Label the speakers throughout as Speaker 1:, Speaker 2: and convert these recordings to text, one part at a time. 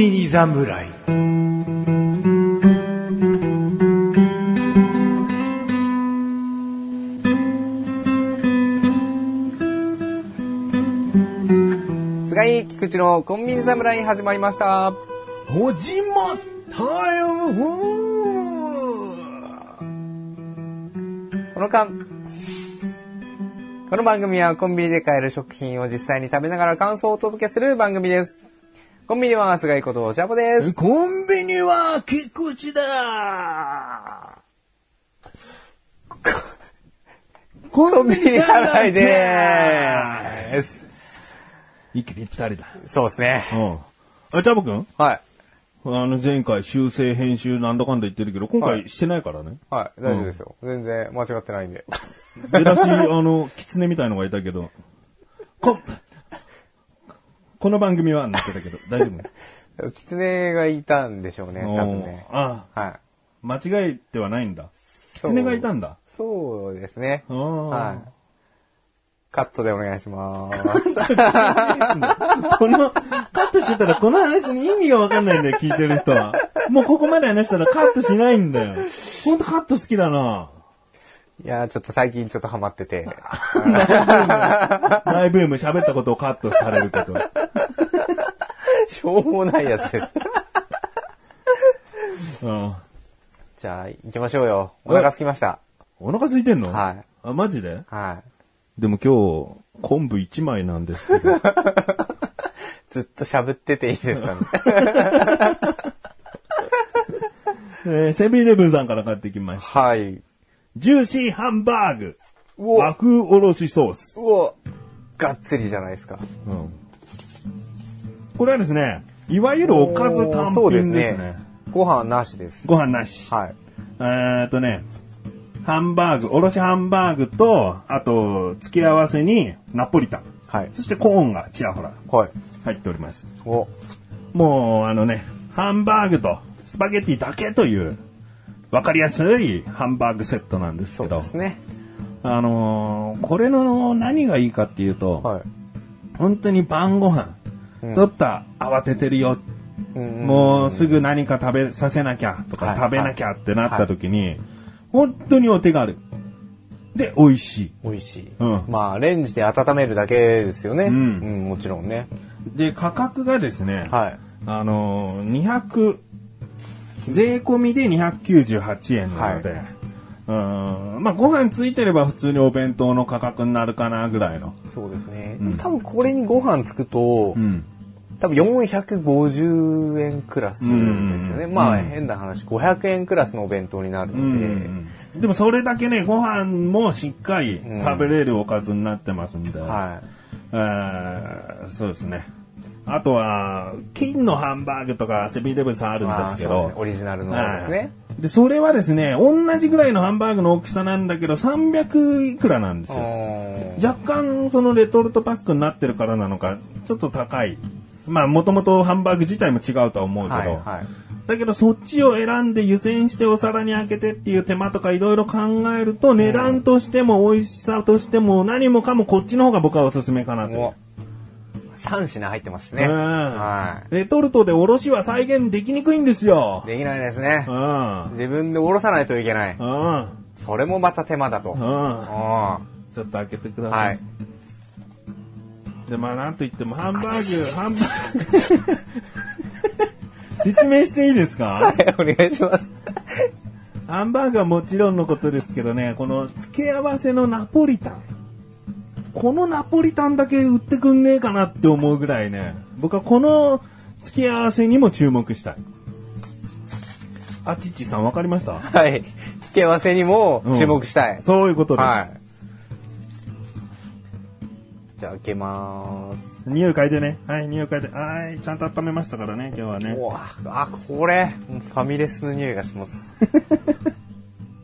Speaker 1: 侍
Speaker 2: 菅井菊池のコンビニ侍始まりました。
Speaker 1: 始まったよ
Speaker 2: この間、この番組はコンビニで買える食品を実際に食べながら感想をお届けする番組です。コンビニは菅井ことシャボです。
Speaker 1: コンビニは菊池だコ
Speaker 2: コンビニ払いでーす。
Speaker 1: 息ぴったりだ。
Speaker 2: そうですね。
Speaker 1: うん。あ、チャボくん
Speaker 2: はい。
Speaker 1: あの前回修正編集なんだかんだ言ってるけど、今
Speaker 2: は
Speaker 1: 回してないからね。
Speaker 2: はい、大丈夫ですよ。全然間違ってないんで。
Speaker 1: 出だし、あの、狐みたいのがいたけど、こ、この番組は、なってたけど、大丈夫。
Speaker 2: 狐がいたんでしょうね、多分ね
Speaker 1: おー。あ
Speaker 2: はい。
Speaker 1: 間違えてはないんだ。狐がいたんだ。
Speaker 2: そうですね。
Speaker 1: あー
Speaker 2: はい。カットでお願いします。
Speaker 1: この、カットしてたらこの話の意味がわかんないんだよ、聞いてる人は。もうここまで話したらカットしないんだよ。ほんとカット好きだな。
Speaker 2: いやー、ちょっと最近ちょっとハマってて。
Speaker 1: 大ブーム喋ったことをカットされること。
Speaker 2: しょうもないやつです。
Speaker 1: うん
Speaker 2: じゃあ、行きましょうよ。お腹空きました。
Speaker 1: お腹空いてんの
Speaker 2: はい。
Speaker 1: あ、マジで
Speaker 2: はい。
Speaker 1: でも今日、昆布1枚なんですけど。
Speaker 2: ずっとしゃぶってていいで すかね。
Speaker 1: えーセブンイレブンさんから買ってきました。
Speaker 2: はい。う
Speaker 1: ジューシーハンバーグ。
Speaker 2: お
Speaker 1: 和風おろしソース。
Speaker 2: おがっつりじゃないですか。
Speaker 1: うんこれはですね、いわゆるおかず単
Speaker 2: そう
Speaker 1: 品ですね。。
Speaker 2: ご飯なしです。
Speaker 1: ご飯なし。
Speaker 2: はい。
Speaker 1: えーっとね、ハンバーグ、おろしハンバーグと、あと、付け合わせにナポリタン。
Speaker 2: はい。
Speaker 1: そしてコーンがちらほら
Speaker 2: はい。
Speaker 1: 入っております。
Speaker 2: お、
Speaker 1: もう、あのね、ハンバーグとスパゲティだけという、わかりやすいハンバーグセットなんです
Speaker 2: そ
Speaker 1: け
Speaker 2: う
Speaker 1: ど
Speaker 2: で、すね。
Speaker 1: あのーこれの何がいいかっていうと、
Speaker 2: はい。
Speaker 1: 本当に晩ご飯、取った、慌ててるよ、
Speaker 2: うんうん。
Speaker 1: もうすぐ何か食べさせなきゃとか、
Speaker 2: はい
Speaker 1: 食べなきゃってなった時に、本当にお手軽。で、美味しい。
Speaker 2: 美味しい。
Speaker 1: うん
Speaker 2: まあ、レンジで温めるだけですよね。うんもちろんね。
Speaker 1: で、価格がですね、
Speaker 2: はい。
Speaker 1: あのー、200、税込みで298円なので、うーんまあご飯ついてれば普通にお弁当の価格になるかなぐらいの。
Speaker 2: そうですね。多分これにご飯つくと、
Speaker 1: うん。
Speaker 2: 多分450円クラスですよね。まあ変な話、500円クラスのお弁当になるので、
Speaker 1: でもそれだけね、ご飯もしっかり食べれるおかずになってますんで、
Speaker 2: は
Speaker 1: あーそうですね。あとは、金のハンバーグとかセブンイレブンさんあるんですけ
Speaker 2: まあそ
Speaker 1: ど
Speaker 2: う、ねオリジナルの
Speaker 1: はい
Speaker 2: ですね。
Speaker 1: で、それはですね、同じぐらいのハンバーグの大きさなんだけど、300いくらなんです
Speaker 2: い。う
Speaker 1: よ。
Speaker 2: ーん
Speaker 1: 若干、そのレトルトパックになってるからなのか、ちょっと高い。まあ、もともとハンバーグ自体も違うとは思うけど、
Speaker 2: はいはい。
Speaker 1: だけどそっちを選んで湯煎してお皿に開けてっていう手間とかいろいろ考えると、値段としても美味しさとしても何もかもこっちの方が僕はおすすめかなという
Speaker 2: もう、3品入ってますしね。
Speaker 1: うん
Speaker 2: は
Speaker 1: レトルトでおろしは再現できにくいんですよ
Speaker 2: い。。できないですね
Speaker 1: う。ん。
Speaker 2: 自分でおろさないといけない。
Speaker 1: うん。
Speaker 2: それもまた手間だと。うん
Speaker 1: うん。
Speaker 2: は
Speaker 1: ちょっと開けてください。
Speaker 2: い。
Speaker 1: で、まあなんといってもハンバーグ、ハンバーグ。 説明していいですか
Speaker 2: お願いします。
Speaker 1: ハンバーグはもちろんのことですけどね、この付け合わせのナポリタン。このナポリタンだけ売ってくんねえかなって思うぐらいね、僕はこの付け合わせにも注目したい。あちちさんわかりました
Speaker 2: はい。付け合わせにも注目したい。
Speaker 1: そういうことです。
Speaker 2: はい。じゃあ開けまーす。
Speaker 1: 匂い嗅いでね。はい、匂い嗅いで。はい、ちゃんと温めましたからね、今日はね。
Speaker 2: おわあ、これ、もうファミレスの匂いがします。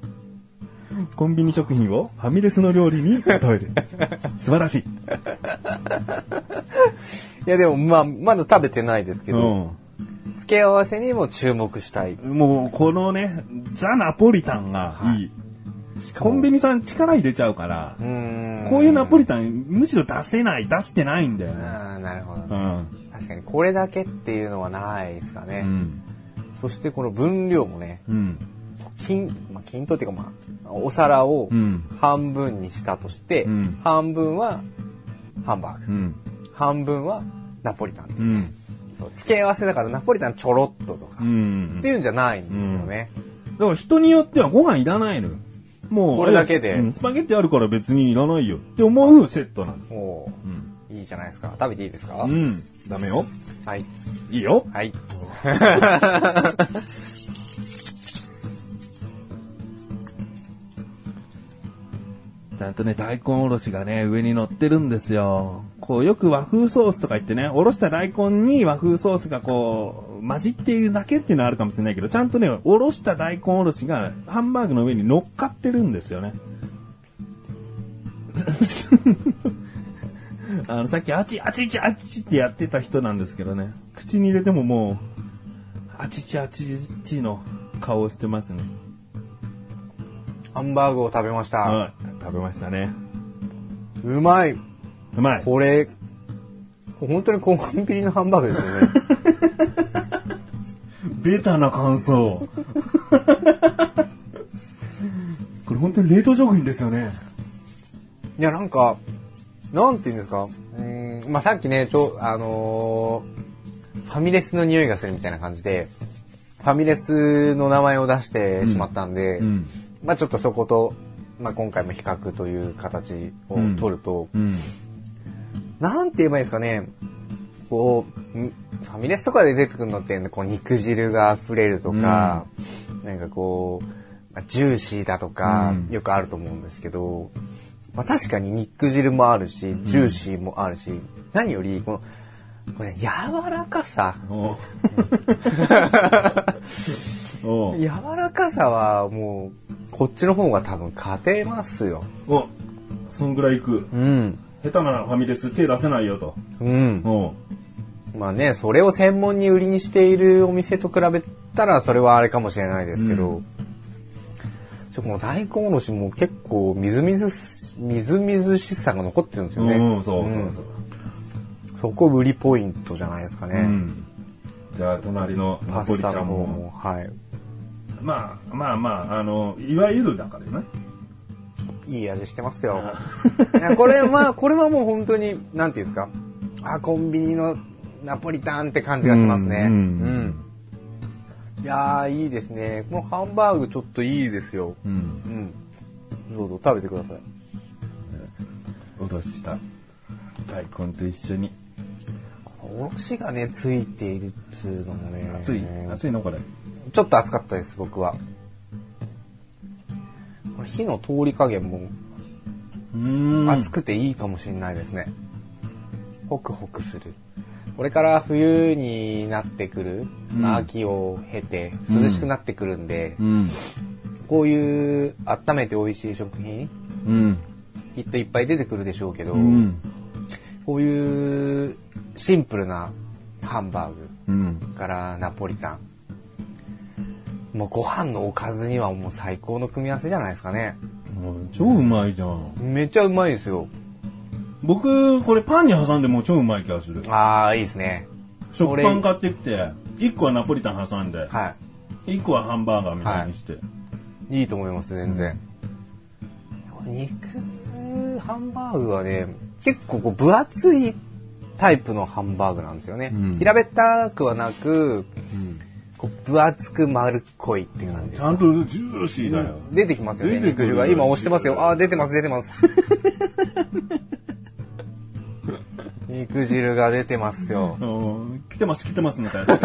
Speaker 1: コンビニ食品をファミレスの料理に例え る。素晴らしい。
Speaker 2: いやでも、まあ、まだ食べてないですけ
Speaker 1: う
Speaker 2: ど、
Speaker 1: ん。
Speaker 2: 付け合わせにも注目したい。
Speaker 1: もう、このね、ザ・ナポリタンがいい。
Speaker 2: しか
Speaker 1: コ
Speaker 2: も
Speaker 1: ンビニさん力入れちゃうから
Speaker 2: う、ーん。
Speaker 1: こういうナポリタン、むしろ出せない、出してないんだよね。
Speaker 2: あーなるほど
Speaker 1: う
Speaker 2: ね。
Speaker 1: ん。
Speaker 2: 確確かにこれだけっていうのはないですかね。
Speaker 1: うん。
Speaker 2: そしてこの分量もね、
Speaker 1: うん。
Speaker 2: 均、まあ、均等っていうかまあ、お皿を
Speaker 1: うん
Speaker 2: 半分にしたとして、
Speaker 1: うん
Speaker 2: 半分はハンバー
Speaker 1: う
Speaker 2: グ、
Speaker 1: ん。
Speaker 2: 半分はナポリタンって
Speaker 1: う。
Speaker 2: いうんそう付け合わせだからナポリタンちょろっととか、
Speaker 1: う
Speaker 2: っ
Speaker 1: ん。
Speaker 2: ていうんじゃないんですよね。
Speaker 1: だから人によってはご飯いらないのよ。もう。
Speaker 2: これだけで
Speaker 1: うんスパゲッティあるから別にいらないよって思うセットなの。
Speaker 2: おー
Speaker 1: うん。
Speaker 2: いいじゃないですか。食べていいですか、
Speaker 1: うん。ダメよ。
Speaker 2: はい。
Speaker 1: いいよ。
Speaker 2: はい。
Speaker 1: ちゃんとね、大根おろしがね、上に乗ってるんですよ。こう、よく和風ソースとか言ってね、おろした大根に和風ソースがこう、混じっているだけっていうのはあるかもしれないけど、ちゃんとね、おろした大根おろしがハンバーグの上に乗っかってるんですよね。 あの、さっきあちあちちあちってやってた人なんですけどね、口に入れてももう、あちちあちちの顔をしてますね。
Speaker 2: ハンバーグを食べました。
Speaker 1: はい。食べましたね。
Speaker 2: うまいう
Speaker 1: まい。
Speaker 2: これ、本当にコンビニのハンバーグですよね。
Speaker 1: ベタな感想。 これ本当に冷凍食品ですよね。
Speaker 2: いや、なんか、なんて言うんですか。うーん、まあ、さっきね、ちょ、あのーファミレスの匂いがするみたいな感じで、ファミレスの名前を出してしまったんで、
Speaker 1: うん
Speaker 2: まあ、ちょっとそこと、まあ、今回も比較という形を取ると、
Speaker 1: うん。
Speaker 2: なんて言えばいいですかね。こう、んファミレスとかで出てくるのって、こう肉汁が溢れるとか、なんかこう、まあジューシーだとか、
Speaker 1: うん
Speaker 2: よくあると思うんですけど、まあ、確かに肉汁もあるし、ジューシーもあるし、何より、この、これ、ね、柔らかさ。
Speaker 1: おう おう
Speaker 2: 柔らかさはもう、こっちの方が多分勝てますよ。
Speaker 1: おそんぐらいいく。
Speaker 2: うん。
Speaker 1: 下手なファミレス手出せないよと。
Speaker 2: うん。
Speaker 1: おう
Speaker 2: まあね、それを専門に売りにしているお店と比べたら、それはあれかもしれないですけど、ちょこの大根おろしも結構みずみずし、みずみずしさが残ってるんですよね。
Speaker 1: うん、そうそうそう。
Speaker 2: そこ売りポイントじゃないですかね。
Speaker 1: うん。じゃあ、隣のナ
Speaker 2: パ
Speaker 1: ポ
Speaker 2: ス
Speaker 1: リち
Speaker 2: タ
Speaker 1: ゃ
Speaker 2: の
Speaker 1: ん
Speaker 2: 方
Speaker 1: も。
Speaker 2: も、はい。
Speaker 1: まあまあまあ、あの、いわゆるだからね。
Speaker 2: いい味してますよ。いやこれは、これはもう本当に、なんていうんですか。あ、コンビニのナポリタンって感じがしますね。
Speaker 1: う
Speaker 2: うんん。いやー、いいですね。このハンバーグちょっといいですよ。
Speaker 1: うん。
Speaker 2: うん。どうぞ食べてください。
Speaker 1: おろした大根と一緒に。
Speaker 2: おろしがね、ついているっつうのもね。
Speaker 1: 熱い熱いのこれ。
Speaker 2: ちょっと熱かったです、僕は。これ火の通り加減も
Speaker 1: うん
Speaker 2: 熱くていいかもしれないですね。ホクホクする。これから冬になってくる、まあ秋を経て涼しくなってくるんで、
Speaker 1: うん。
Speaker 2: こういう温めて美味しい食品、
Speaker 1: うん。
Speaker 2: きっといっぱい出てくるでしょうけど、
Speaker 1: うん。
Speaker 2: こういうシンプルなハンバーグ、
Speaker 1: うん。
Speaker 2: からナポリタン。もうご飯のおかずにはもう最高の組み合わせじゃないですかね。
Speaker 1: 超うまいじゃん。
Speaker 2: めっちゃうまいですよ。
Speaker 1: 僕、これパンに挟んでも超うまい気がする。
Speaker 2: ああ、いいですね。
Speaker 1: 食パン買ってきて、1個はナポリタン挟んで、
Speaker 2: は
Speaker 1: 1個はハンバーガーみたいにして。
Speaker 2: い。いいと思います、全然。肉、ハンバーグはね、結構こう分厚いタイプのハンバーグなんですよね。
Speaker 1: うん
Speaker 2: 平べったくはなく、こう分厚く丸っこいって感じで
Speaker 1: ち
Speaker 2: す
Speaker 1: ゃんとジューシーだよ。
Speaker 2: 出てきますよね、
Speaker 1: 出てく
Speaker 2: 肉
Speaker 1: る
Speaker 2: 汁が。今押してますよ。あー出てます、出 てます。肉汁が出てますよ。
Speaker 1: うん来てます、来てますみたい な。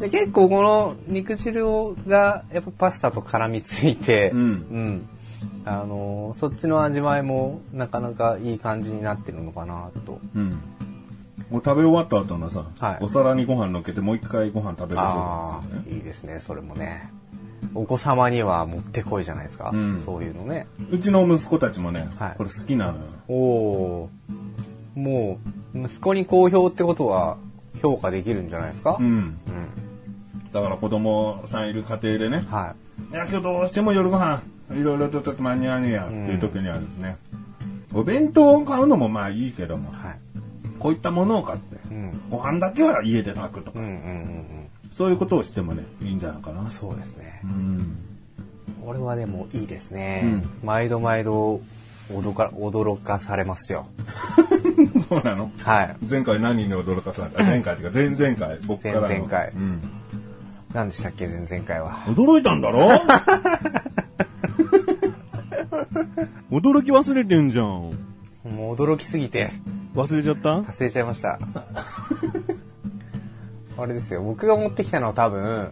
Speaker 2: で結構この肉汁がやっぱパスタと絡みついて、
Speaker 1: うん
Speaker 2: うんあのーそっちの味わいもなかなかいい感じになってるのかなと。
Speaker 1: うん。もう食べ終わった後のさ、
Speaker 2: はい
Speaker 1: お皿にご飯乗っけてもう一回ご飯食べるそうな
Speaker 2: あ
Speaker 1: んですよ
Speaker 2: あ
Speaker 1: ね。
Speaker 2: ー、いいですね、それもね。お子様にはもってこいじゃないですか、
Speaker 1: うん
Speaker 2: そういうのね。
Speaker 1: うちの息子たちもね
Speaker 2: はい、
Speaker 1: これ好きなのよ。
Speaker 2: おおーもう息子に好評ってことは評価できるんじゃないですか、
Speaker 1: う
Speaker 2: うん
Speaker 1: ん。だから子供さんいる家庭でね、
Speaker 2: はい
Speaker 1: や今日どうしても夜ご飯いろいろとちょっと間に合わねえやっていう時にはですね、お弁当を買うのもまあいいけども、
Speaker 2: はい。
Speaker 1: こういったものを買って、
Speaker 2: うん。
Speaker 1: ご飯だけは家で炊くとか、
Speaker 2: うんうんうんうん。
Speaker 1: そういうことをしてもね、いいんじゃない かな。
Speaker 2: そうですね
Speaker 1: う。ん。
Speaker 2: 俺はでもいいですね。
Speaker 1: う
Speaker 2: 毎度毎度驚か、驚かされますよ。
Speaker 1: そうなの
Speaker 2: はい。
Speaker 1: 前回何に驚かされた前回っていうか前々回、僕からの。
Speaker 2: 前々回
Speaker 1: うん。
Speaker 2: 何でしたっけ前々回は。
Speaker 1: 驚いたんだ ろ驚き忘れてんじゃん。
Speaker 2: もう驚きすぎて
Speaker 1: 忘れちゃった
Speaker 2: 忘れちゃいました。 あれですよ。僕が持ってきたのは多分、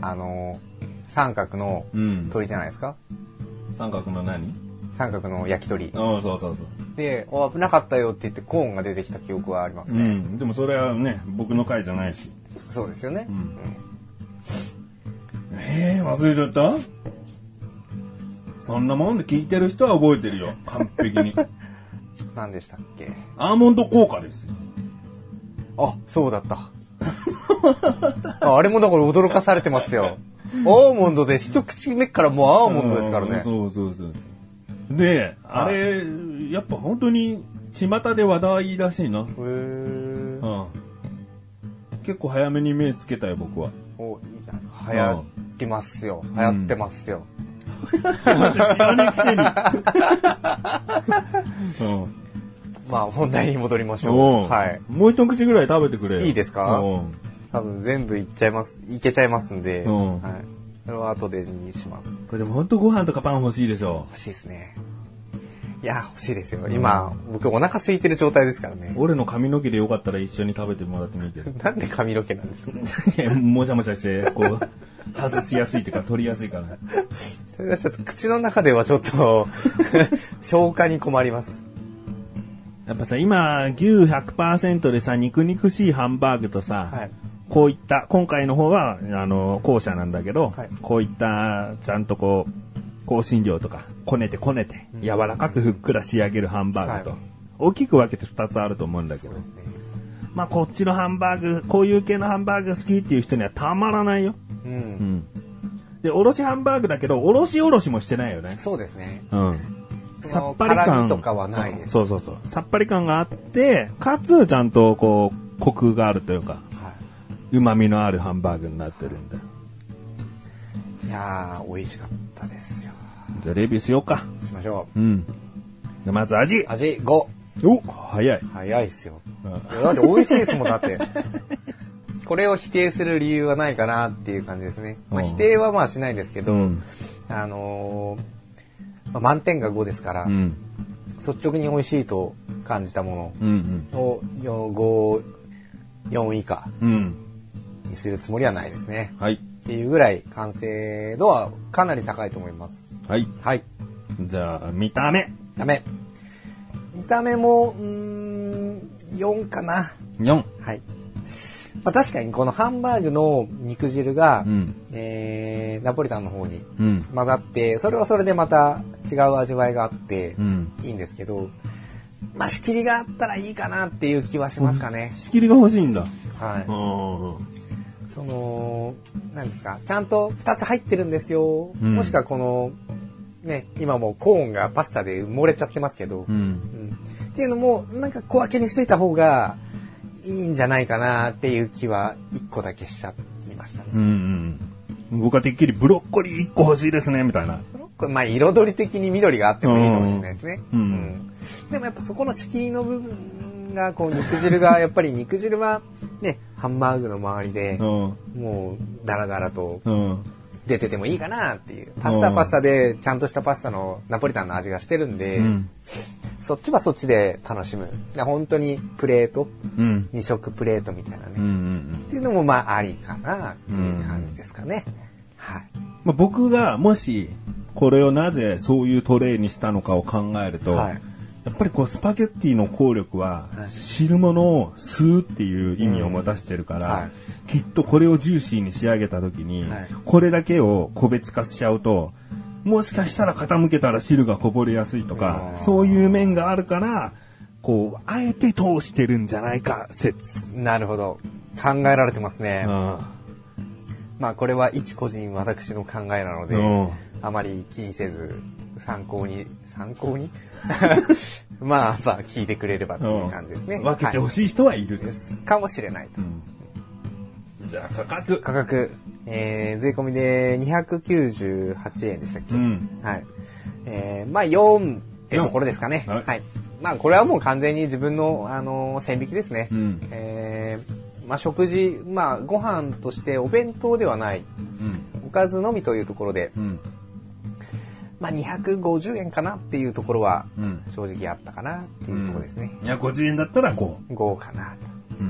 Speaker 2: あの、三角の
Speaker 1: うん。
Speaker 2: 鳥じゃないですか。
Speaker 1: 三角の何
Speaker 2: 三角の焼き鳥。
Speaker 1: うん、そうそうそう。
Speaker 2: で、お危なかったよって言ってコーンが出てきた記憶はあります
Speaker 1: う
Speaker 2: ね。
Speaker 1: ん。でもそれはね、僕の回じゃないし。
Speaker 2: そうですよね。
Speaker 1: ええー、忘れちゃったそんなもんで聞いてる人は覚えてるよ。完璧 に。
Speaker 2: 何でしたっけ
Speaker 1: アーモンド効果ですよ。
Speaker 2: あ、そうだった。 ああれもだから驚かされてますよ。アーモンドで一口目からもうアーモンドですから
Speaker 1: う
Speaker 2: ね
Speaker 1: ん。そうそうそうそう。で、あれ、やっぱ本当に巷で話題らしいな。
Speaker 2: へー
Speaker 1: うん。結構早めに目つけたよ、僕は。
Speaker 2: お、いいじゃないですか。流行りますよ。流行ってますよ。
Speaker 1: マジ知らね えくせに。うん
Speaker 2: まあ本題に戻りましょ
Speaker 1: お
Speaker 2: う。
Speaker 1: う
Speaker 2: はい。
Speaker 1: もう一口ぐらい食べてくれよ
Speaker 2: いいですか
Speaker 1: うん
Speaker 2: 多分全部いっちゃいます。いけちゃいますんで。
Speaker 1: うん
Speaker 2: はい。それは後でにします。
Speaker 1: これでも本当ご飯とかパン欲しいでしょ
Speaker 2: 欲しいですね。いや、欲しいですよ。今、僕お腹空いてる状態ですからね。
Speaker 1: 俺の髪の毛でよかったら一緒に食べてもらってもいい けど
Speaker 2: なんで髪の毛なんですか
Speaker 1: いやもしゃもしゃしてこう外しやすいっていうか取りやすいから
Speaker 2: それはちょっと口の中ではちょっ と消化に困ります。
Speaker 1: やっぱさ今牛100%でさ肉肉しいハンバーグとさ、
Speaker 2: はい
Speaker 1: こういった今回の方はあの後者なんだけど、
Speaker 2: はい
Speaker 1: こういったちゃんとこう香辛料とかこねてこねて柔らかくふっくら仕上げるハンバーグと、
Speaker 2: はい
Speaker 1: 大きく分けて2つあると思うんだけどまあこっちのハンバーグこういう系のハンバーグ好きっていう人にはたまらないよ
Speaker 2: う。
Speaker 1: うんんでおろしハンバーグだけどおろしおろしもしてないよね
Speaker 2: そうですね。
Speaker 1: うん。
Speaker 2: その
Speaker 1: さっぱり
Speaker 2: 辛
Speaker 1: 感
Speaker 2: みとかはないです
Speaker 1: そうそうそう。さっぱり感があって、かつちゃんとこう、コクがあるというか、
Speaker 2: は
Speaker 1: 旨味のあるハンバーグになってるんで。
Speaker 2: い。いやー、美味しかったですよ。
Speaker 1: じゃあレビューしようか。
Speaker 2: しましょ
Speaker 1: うん。でまず味
Speaker 2: う。。味5。
Speaker 1: お早い。
Speaker 2: 早いっすよ。
Speaker 1: うん
Speaker 2: いやだって美味しいですもん、だって。 これを否定する理由はないかなっていう感じですね。まあ、
Speaker 1: うん
Speaker 2: 否定はまあしないですけど、
Speaker 1: うん
Speaker 2: あのーまあ、満点が5ですから、
Speaker 1: うん。
Speaker 2: 率直に美味しいと感じたも
Speaker 1: うん
Speaker 2: のをよ5、4以下
Speaker 1: うん。うん。
Speaker 2: にするつもりはないですね。
Speaker 1: はい。
Speaker 2: っていうぐらい完成度はかなり高いと思います。
Speaker 1: はい。
Speaker 2: はい。
Speaker 1: じゃあ、見た目。
Speaker 2: ダメ。見た目も、うーん、4かな。
Speaker 1: 4。
Speaker 2: はい。まあ、確かにこのハンバーグの肉汁が、
Speaker 1: うん。
Speaker 2: えー、ナポリタンの方に
Speaker 1: うん。
Speaker 2: 混ざって、それはそれでまた違う味わいがあって、
Speaker 1: うん。
Speaker 2: いいんですけど、まあ、仕切りがあったらいいかなっていう気はしますかね。
Speaker 1: 仕切りが欲しいんだ。
Speaker 2: はい。
Speaker 1: うん。
Speaker 2: その、なんですか、ちゃんと2つ入ってるんですよ。
Speaker 1: うん
Speaker 2: もしくはこの、ね、今もうコーンがパスタで埋もれちゃってますけど、
Speaker 1: う
Speaker 2: うん
Speaker 1: ん。
Speaker 2: っていうのも、なんか小分けにしといた方がいいんじゃないかなっていう気は1個だけしちゃいましたね。
Speaker 1: うん。うん。僕はてっきりブロッコリー1個欲しいですね、みたいな。
Speaker 2: これまあ彩り的に緑があってもいいかもしれないですね。
Speaker 1: うん
Speaker 2: うんでもやっぱそこの仕切りの部分が、こう肉汁が、やっぱり肉汁はね、ハンバーグの周りで、
Speaker 1: うん。
Speaker 2: もうダラダラと
Speaker 1: うん。
Speaker 2: 出ててもいいかなっていう。パスタはパスタで、ちゃんとしたパスタのナポリタンの味がしてるんで、
Speaker 1: うん。
Speaker 2: そっちはそっちで楽しむ。で本当にプレート、
Speaker 1: うん。
Speaker 2: 2色プレートみたいなね。
Speaker 1: うんうんうん
Speaker 2: っていうのもまあありかなっていう感じですかね。はい。
Speaker 1: まあ、僕がもしこれをなぜそういうトレーにしたのかを考えると、
Speaker 2: はい
Speaker 1: やっぱりこうスパゲッティの効力は
Speaker 2: はい
Speaker 1: 汁物を吸うっていう意味を持たしてるから、
Speaker 2: うんはい
Speaker 1: きっとこれをジューシーに仕上げた時に、
Speaker 2: はい
Speaker 1: これだけを個別化しちゃうともしかしたら傾けたら汁がこぼれやすいとか
Speaker 2: うん
Speaker 1: そういう面があるからこうあえて通してるんじゃないか説。
Speaker 2: なるほど。考えられてますね。
Speaker 1: うん
Speaker 2: まあこれは一個人私の考えなので、
Speaker 1: うん
Speaker 2: あまり気にせず、参考に、参考に まあまあ、聞いてくれればっていう感じですね。
Speaker 1: 分けてほ
Speaker 2: い。
Speaker 1: しい人はいると。
Speaker 2: ですかもしれないと。
Speaker 1: じゃあ価格。
Speaker 2: 価格、えー、税込みで298円でしたっけ、
Speaker 1: うん
Speaker 2: はい。えー、まあ4ってところですかね。
Speaker 1: はい
Speaker 2: はい。まあこれはもう完全に自分の、あのー線引きですね。
Speaker 1: うん
Speaker 2: えー、まあ食事、まあご飯としてお弁当ではない、
Speaker 1: うん。
Speaker 2: おかずのみというところで、
Speaker 1: うん。
Speaker 2: まあ250円かなっていうところは
Speaker 1: うん
Speaker 2: 正直あったかなっていうところですね。
Speaker 1: 250円だったらこ
Speaker 2: 5かなと。
Speaker 1: う。うん。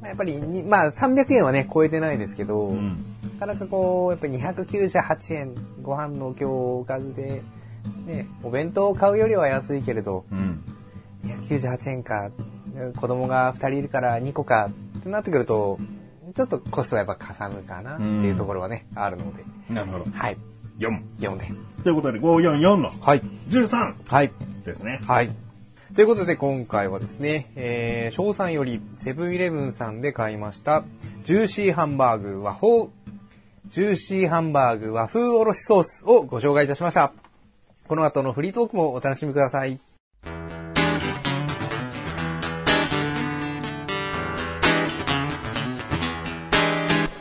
Speaker 2: まあやっぱりに、まあ300円はね、超えてないですけど、
Speaker 1: うん。
Speaker 2: なかなかこう、やっぱり298円、ご飯の今日おかずで、ね、お弁当を買うよりは安いけれど、
Speaker 1: うん。
Speaker 2: 298円か、子供が2人いるから2個かってなってくると、ちょっとコストがやっぱかさむかなっていうところはね、あるので、
Speaker 1: なるほど。
Speaker 2: はい、
Speaker 1: 4。
Speaker 2: 4で。
Speaker 1: ということで、544の
Speaker 2: はい、
Speaker 1: 13
Speaker 2: はい、
Speaker 1: ですね。
Speaker 2: はい。ということで今回はですね、えー、翔さんよりセブンイレブンさんで買いました、ジューシーハンバーグ和風、ジューシーハンバーグ和風おろしソースをご紹介いたしました。この後のフリートークもお楽しみください。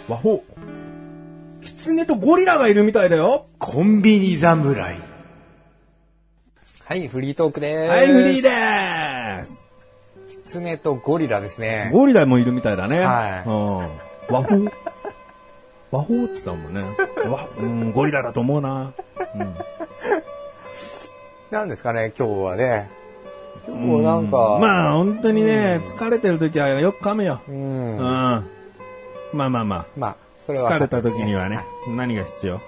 Speaker 1: 和宝。キツネとゴリラがいるみたいだよ。
Speaker 3: コンビニ侍。
Speaker 2: はい、フリートークです。
Speaker 1: はい、フリー
Speaker 2: で
Speaker 1: でーす。
Speaker 2: す。ツネとゴリラですね。
Speaker 1: ゴリラもいるみたいだね。
Speaker 2: はい
Speaker 1: うん。和宝。和宝って言ってたもんね。 和、うん、ゴリラだと思うな。
Speaker 2: なんですかね、今日はね。今日はなんか、
Speaker 1: まあ、本当にね、疲れてる時はよく噛めよ。
Speaker 2: う
Speaker 1: うん。
Speaker 2: ん、
Speaker 1: まあまあま
Speaker 2: まあ、そ
Speaker 1: あ。
Speaker 2: れは
Speaker 1: 疲れた時にはね、何が必要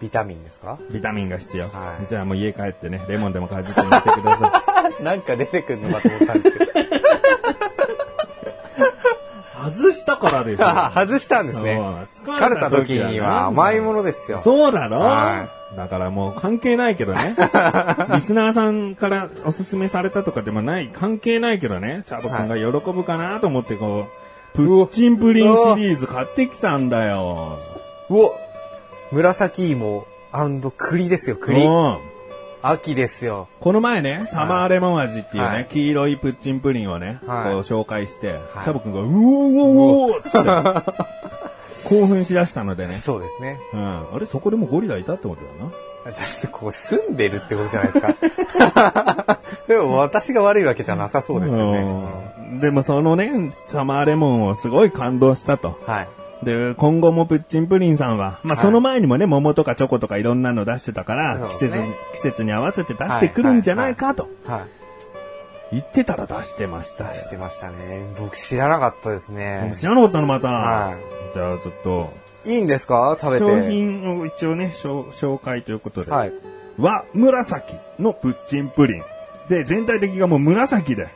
Speaker 2: ビタミンですか
Speaker 1: ビタミンが必要。
Speaker 2: はい
Speaker 1: じゃあもう家帰ってね、レモンでもかじってみてください。
Speaker 2: なんか出てくるのかと思ったんですけど。
Speaker 1: 外したからでしょ。
Speaker 2: あ 外したんですね。
Speaker 1: うん
Speaker 2: 疲れた時には甘いものですよ。
Speaker 1: そうだろ、
Speaker 2: は
Speaker 1: だからもう関係ないけど ね。リスナーさんからおすすめされたとかでもない、関係ないけどね。チャボくんが喜ぶかなと思ってこう、プッチンプリンシリーズ買ってきたんだよ。
Speaker 2: うお紫芋栗ですよ、栗。
Speaker 1: うん
Speaker 2: 秋ですよ。
Speaker 1: この前ね、サマーレモン味っていうね、
Speaker 2: はい
Speaker 1: 黄色いプッチンプリンをね、
Speaker 2: はい
Speaker 1: こう紹介して、
Speaker 2: い
Speaker 1: チャボくんが、うおーうおーうおーっつって、 興奮しだしたのでね。
Speaker 2: そうですね。
Speaker 1: うん。あれ、そこでもうゴリラいたってことだな。
Speaker 2: 私、ここ住んでるってことじゃないですか。 でも私が悪いわけじゃなさそうですよね。
Speaker 1: うんでもそのね、サマーレモンをすごい感動したと。
Speaker 2: はい。
Speaker 1: で、今後もプッチンプリンさんは、まあ、
Speaker 2: はい
Speaker 1: その前にもね、桃とかチョコとかいろんなの出してたから、
Speaker 2: そうね
Speaker 1: 季節に、季節に合わせて出してくるんじゃないかと。
Speaker 2: はい。
Speaker 1: 言ってたら出してました。
Speaker 2: 出してましたね。僕知らなかったですね。
Speaker 1: 知らなかったのまた。
Speaker 2: は
Speaker 1: じゃあちょっと、
Speaker 2: いいんですか食べて。
Speaker 1: 商品を一応ね、紹紹介ということで。
Speaker 2: はい。
Speaker 1: 和紫のプッチンプリン。で、全体的がもう紫で。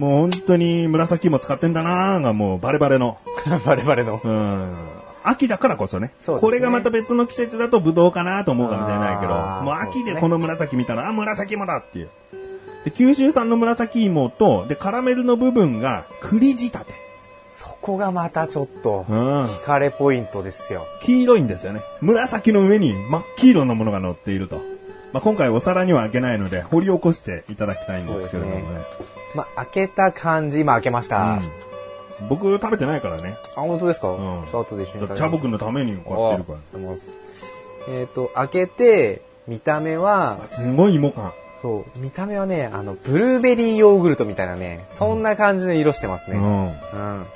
Speaker 1: もう本当に紫も使ってんだなーがもうバレバレの。
Speaker 2: バレバレの。
Speaker 1: うん秋だからこそね
Speaker 2: そうですね
Speaker 1: これがまた別の季節だとブドウかなと思うかもしれないけど、
Speaker 2: あー
Speaker 1: もう
Speaker 2: そうで
Speaker 1: 秋
Speaker 2: すね
Speaker 1: でこの紫見たら、あ、紫芋だっていう。で、九州産の紫芋と、で、カラメルの部分が栗仕立て。
Speaker 2: そこがまたちょっと、
Speaker 1: うん。
Speaker 2: 惹かれポイントですよ。
Speaker 1: 黄色いんですよね。紫の上に真っ黄色のものが乗っていると。まあ、今回お皿にはあげないので、掘り起こしていただきたいんですけれどもね。
Speaker 2: そうでまあ、開けた感じ、今開けました。
Speaker 1: うん僕食べてないからね。
Speaker 2: あ、本当ですか、
Speaker 1: ん
Speaker 2: ちょっと後で一緒
Speaker 1: だか
Speaker 2: に食べ
Speaker 1: らチャボ
Speaker 2: ク
Speaker 1: くんのために買ってるから。
Speaker 2: えっ、と、開けて、見た目は、
Speaker 1: すごい芋感。
Speaker 2: そう、見た目はね、あの、ブルーベリーヨーグルトみたいなね、そんな感じの色してます
Speaker 1: う
Speaker 2: ね。うん。
Speaker 1: ん。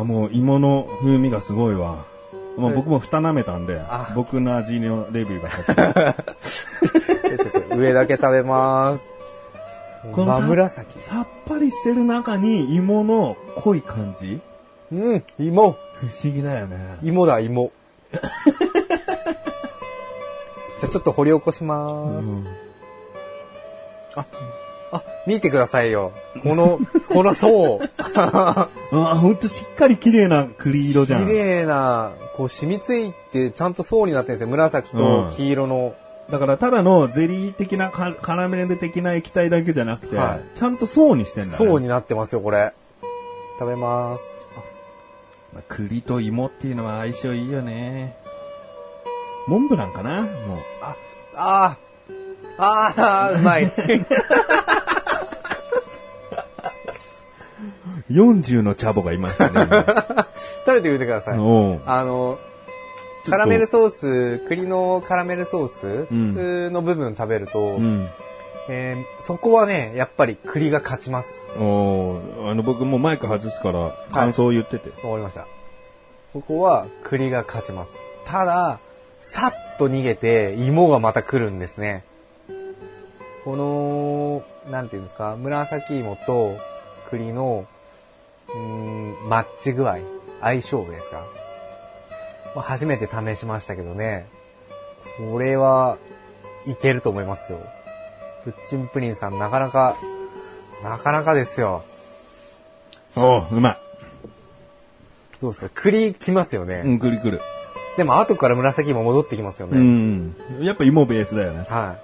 Speaker 1: あ、もう芋の風味がすごいわ。まあ、
Speaker 2: え
Speaker 1: 僕も蓋舐めたんで
Speaker 2: あ、
Speaker 1: 僕の味のレビューが書いてある
Speaker 2: でちょっと上だけ食べます。
Speaker 1: このさ
Speaker 2: 真紫。
Speaker 1: さっぱりしてる中に芋の濃い感じ
Speaker 2: うん、芋。
Speaker 1: 不思議だよね。
Speaker 2: 芋だ、芋。じゃあちょっと掘り起こします。あ、あ、見てくださいよ。この、この層。
Speaker 1: あ、ほんとしっかり綺麗な栗色じゃ
Speaker 2: 綺
Speaker 1: ん。
Speaker 2: 麗な、こう染みついて、ちゃんと層になってるんですよ。紫と黄色の。
Speaker 1: だからただのゼリー的なカカラメル的な液体だけじゃなくて、
Speaker 2: は
Speaker 1: ちゃんと層にしてんだね。
Speaker 2: 層になってますよ、これ。食べます。
Speaker 1: まあ栗と芋っていうのは相性いいよね。モンブランかなもう。
Speaker 2: あ、あーあー、う まい。
Speaker 1: 40のチャボがいました ね。
Speaker 2: 食べてみてください。
Speaker 1: おう
Speaker 2: あの、
Speaker 1: と
Speaker 2: カラメルソース、栗のカラメルソ
Speaker 1: ん
Speaker 2: ースの部分食べると、
Speaker 1: うん。
Speaker 2: えーそこはね、やっぱり栗が勝ちます。
Speaker 1: おーあの、僕もうマイク外すから感想を言ってて。
Speaker 2: わかりました。ここは栗が勝ちます。ただ、さっと逃げて芋がまた来るんですね。この、なんていうんですか、紫芋と栗の、うーん、マッチ具合、相性ですか。まあ初めて試しましたけどね、これはいけると思いますよ。プッチンプリンさんなかなか、なかなかですよ。
Speaker 1: おううまい。
Speaker 2: どうですか栗来ますよね。
Speaker 1: うん、くるくる。
Speaker 2: でも後から紫も戻ってきますよね。
Speaker 1: うん。やっぱ芋ベースだよね。
Speaker 2: は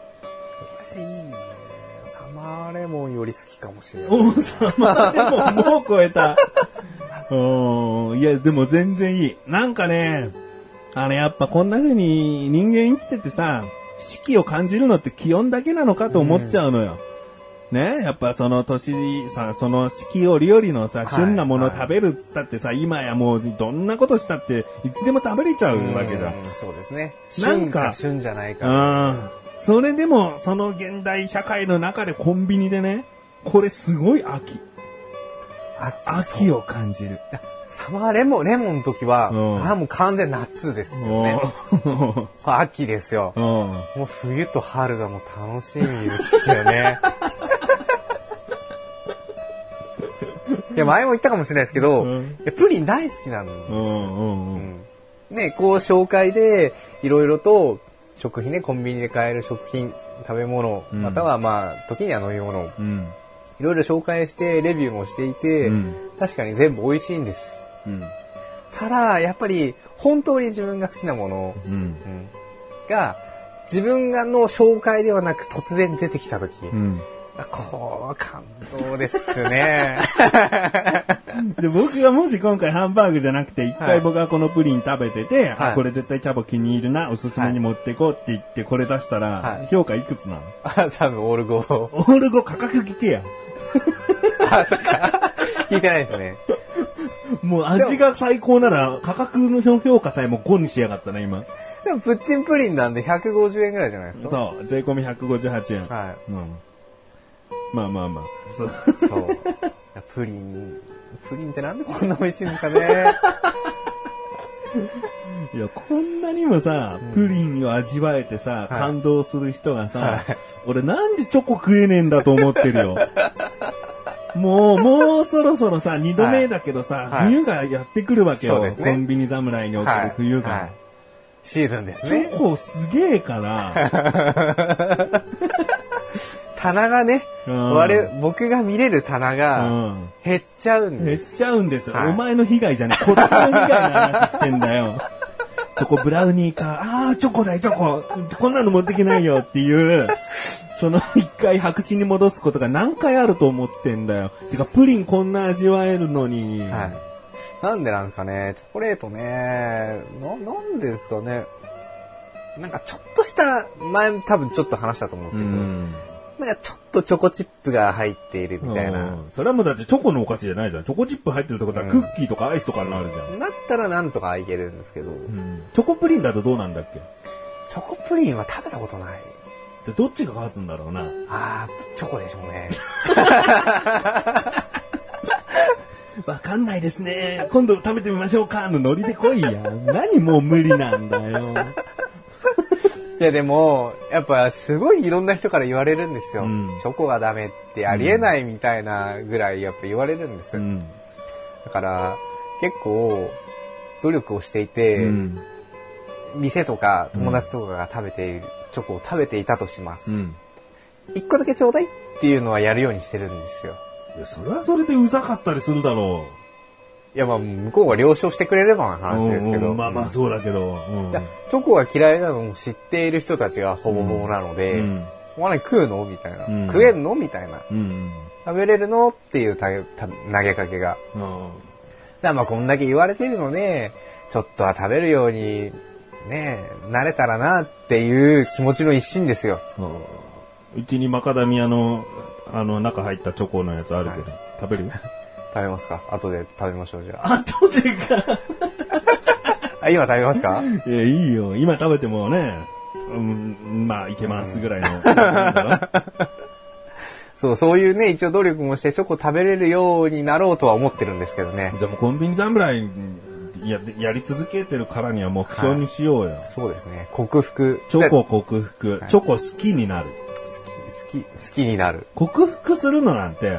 Speaker 2: い。いいね。サマーレモンより好きかもしれない。
Speaker 1: 王様でももう超えた。おーいや、でも全然いい。なんかね、あれやっぱこんな風に人間生きててさ、四季を感じるのって気温だけなのかと思っちゃうのよ。ねやっぱその年さ、その四季折々のさ、旬なもの食べるっつったってさ、今やもうどんなことしたっていつでも食べれちゃうわけだ。
Speaker 2: うんそうですね。
Speaker 1: なん
Speaker 2: 旬
Speaker 1: か
Speaker 2: か旬じゃないか。
Speaker 1: うん。それでも、その現代社会の中でコンビニでね、これすごい秋。秋を感じる。
Speaker 2: サマーレモン、レモンの時は、
Speaker 1: うん
Speaker 2: ああ、もう完全夏ですよね。
Speaker 1: お
Speaker 2: 秋ですよ。
Speaker 1: ー
Speaker 2: もう冬と春がもう楽しみですよ ね。いや、前も言ったかもしれないですけど、
Speaker 1: うん
Speaker 2: いやプリン大好きなんで
Speaker 1: うんうんうんうん
Speaker 2: ね、こう紹介で、いろいろと食品ね、コンビニで買える食品、食べ物、
Speaker 1: うん
Speaker 2: またはまあ、時には飲み物、
Speaker 1: うん
Speaker 2: いろいろ紹介して、レビューもしていて、
Speaker 1: うん
Speaker 2: 確かに全部美味しいんです。
Speaker 1: うん
Speaker 2: ただ、やっぱり、本当に自分が好きなもの、
Speaker 1: うん
Speaker 2: うんが、自分がの紹介ではなく突然出てきた時、
Speaker 1: うん
Speaker 2: あこう、感動ですね。
Speaker 1: で僕がもし今回ハンバーグじゃなくて、一
Speaker 2: は
Speaker 1: 回
Speaker 2: い
Speaker 1: 僕がこのプリン食べてて、
Speaker 2: はい
Speaker 1: あこれ絶対チャボ気に入るな、おすすめに持ってこうって言ってこれ出した
Speaker 2: は
Speaker 1: ら
Speaker 2: い、
Speaker 1: 評価いくつなの
Speaker 2: あ多分、オール5。
Speaker 1: オール5価格聞けや。
Speaker 2: あ、そっか。聞いてないですね。
Speaker 1: もう味が最高なら、価格の評価さえも5にしやがったな、今。
Speaker 2: でも、プッチンプリンなんで150円ぐらいじゃないですか。
Speaker 1: そう、税込み158円。
Speaker 2: は
Speaker 1: うん。まあまあまあ。そう。
Speaker 2: い。そう。いやプリン、プリンってなんでこんな美味しいんですか ね。
Speaker 1: いや、こんなにもさ、プリンを味わえてさ、
Speaker 2: はい
Speaker 1: 感動する人がさ、俺なんでチョコ食えねえんだと思ってる よ。もう、もうそろそろさ、二度目だけどさ、
Speaker 2: はい
Speaker 1: 冬がやってくるわけよ。
Speaker 2: そうですね
Speaker 1: コンビニ侍における冬が。
Speaker 2: はいシーズンです
Speaker 1: チ
Speaker 2: ね。
Speaker 1: ョコすげえ から、
Speaker 2: 棚がね、
Speaker 1: うん
Speaker 2: 我、僕が見れる棚
Speaker 1: う
Speaker 2: が
Speaker 1: ん
Speaker 2: 減っちゃうん
Speaker 1: 減
Speaker 2: で
Speaker 1: っ
Speaker 2: す。
Speaker 1: ちゃうんです、
Speaker 2: はい
Speaker 1: お前の被害じゃねえ。こっちの被害の話してんだよ。チョコブラウニーか、ああ、チョコだよ、チョコ。こんなの持ってけないよっていう、その一回白紙に戻すことが何回あると思ってんだよ。てか、プリンこんな味わえるのに。
Speaker 2: はい。なんでなんですかね、チョコレートね、な、なんでですかね。なんかちょっとした、前多分ちょっと話したと思うんです
Speaker 1: う
Speaker 2: けど、
Speaker 1: ん。
Speaker 2: なんかちょっとチョコチップが入っているみたいな。
Speaker 1: うんそれはもうだってチョコのお菓子じゃないじゃん。チョコチップ入ってるってことは
Speaker 2: うん
Speaker 1: クッキーとかアイスとかになるじゃん。
Speaker 2: だったらなんとかいけるんですけど、
Speaker 1: うんチョコプリンだとどうなんだっけ
Speaker 2: チョコプリンは食べたことない。
Speaker 1: でどっちが勝つんだろうな。
Speaker 2: ああ、チョコでしょうね。
Speaker 1: わかんないですね。今度食べてみましょうか。のノリで来いや。何もう無理なんだよ。
Speaker 2: いやでも、やっぱすごいいろんな人から言われるんですよ。
Speaker 1: うん
Speaker 2: チョコがダメってありえないみたいなぐらいやっぱ言われるんです。
Speaker 1: うん。
Speaker 2: だから、結構、努力をしていて、
Speaker 1: うん。
Speaker 2: 店とか友達とかが食べている、チョコを食べていたとします。
Speaker 1: ん。
Speaker 2: 一、個だけちょうだいっていうのはやるようにしてるんですよ。
Speaker 1: いや、それはそれでうざかったりするだろ
Speaker 2: いやまあ、向こうが了承してくれれば
Speaker 1: う。
Speaker 2: な話ですけ
Speaker 1: うん
Speaker 2: ど。
Speaker 1: うんまあまあそうだけど。うん
Speaker 2: いやチョコが嫌いなのも知っている人たちがほぼほぼなので、
Speaker 1: うん。
Speaker 2: お前食うのみたいな。
Speaker 1: うん
Speaker 2: 食えんのみたいな。
Speaker 1: うん。
Speaker 2: 食べれるのっていうたた投げかけが。
Speaker 1: うん。
Speaker 2: だからまあこんだけ言われてるのね、ちょっとは食べるように、ね、慣れたらなっていう気持ちの一心ですよ。
Speaker 1: うんうちにマカダミアの、あの、中入ったチョコのやつあるけど、食べるよ。
Speaker 2: 食べますか後で食べましょう、じゃあ。
Speaker 1: あとでか。
Speaker 2: あ、今食べますか
Speaker 1: いや、いいよ。今食べてもね、うん、まあ、いけますぐらいの。 だろ
Speaker 2: そう、そういうね、一応努力もしてチョコ食べれるようになろうとは思ってるんですけどね。
Speaker 1: じゃあもうコンビニ侍や、やり続けてるからには目標にしようよ。
Speaker 2: そうですね。克服。
Speaker 1: チョコ克服、チョコ好きになる。
Speaker 2: 好き、好き、好きになる。
Speaker 1: 克服するのなんて、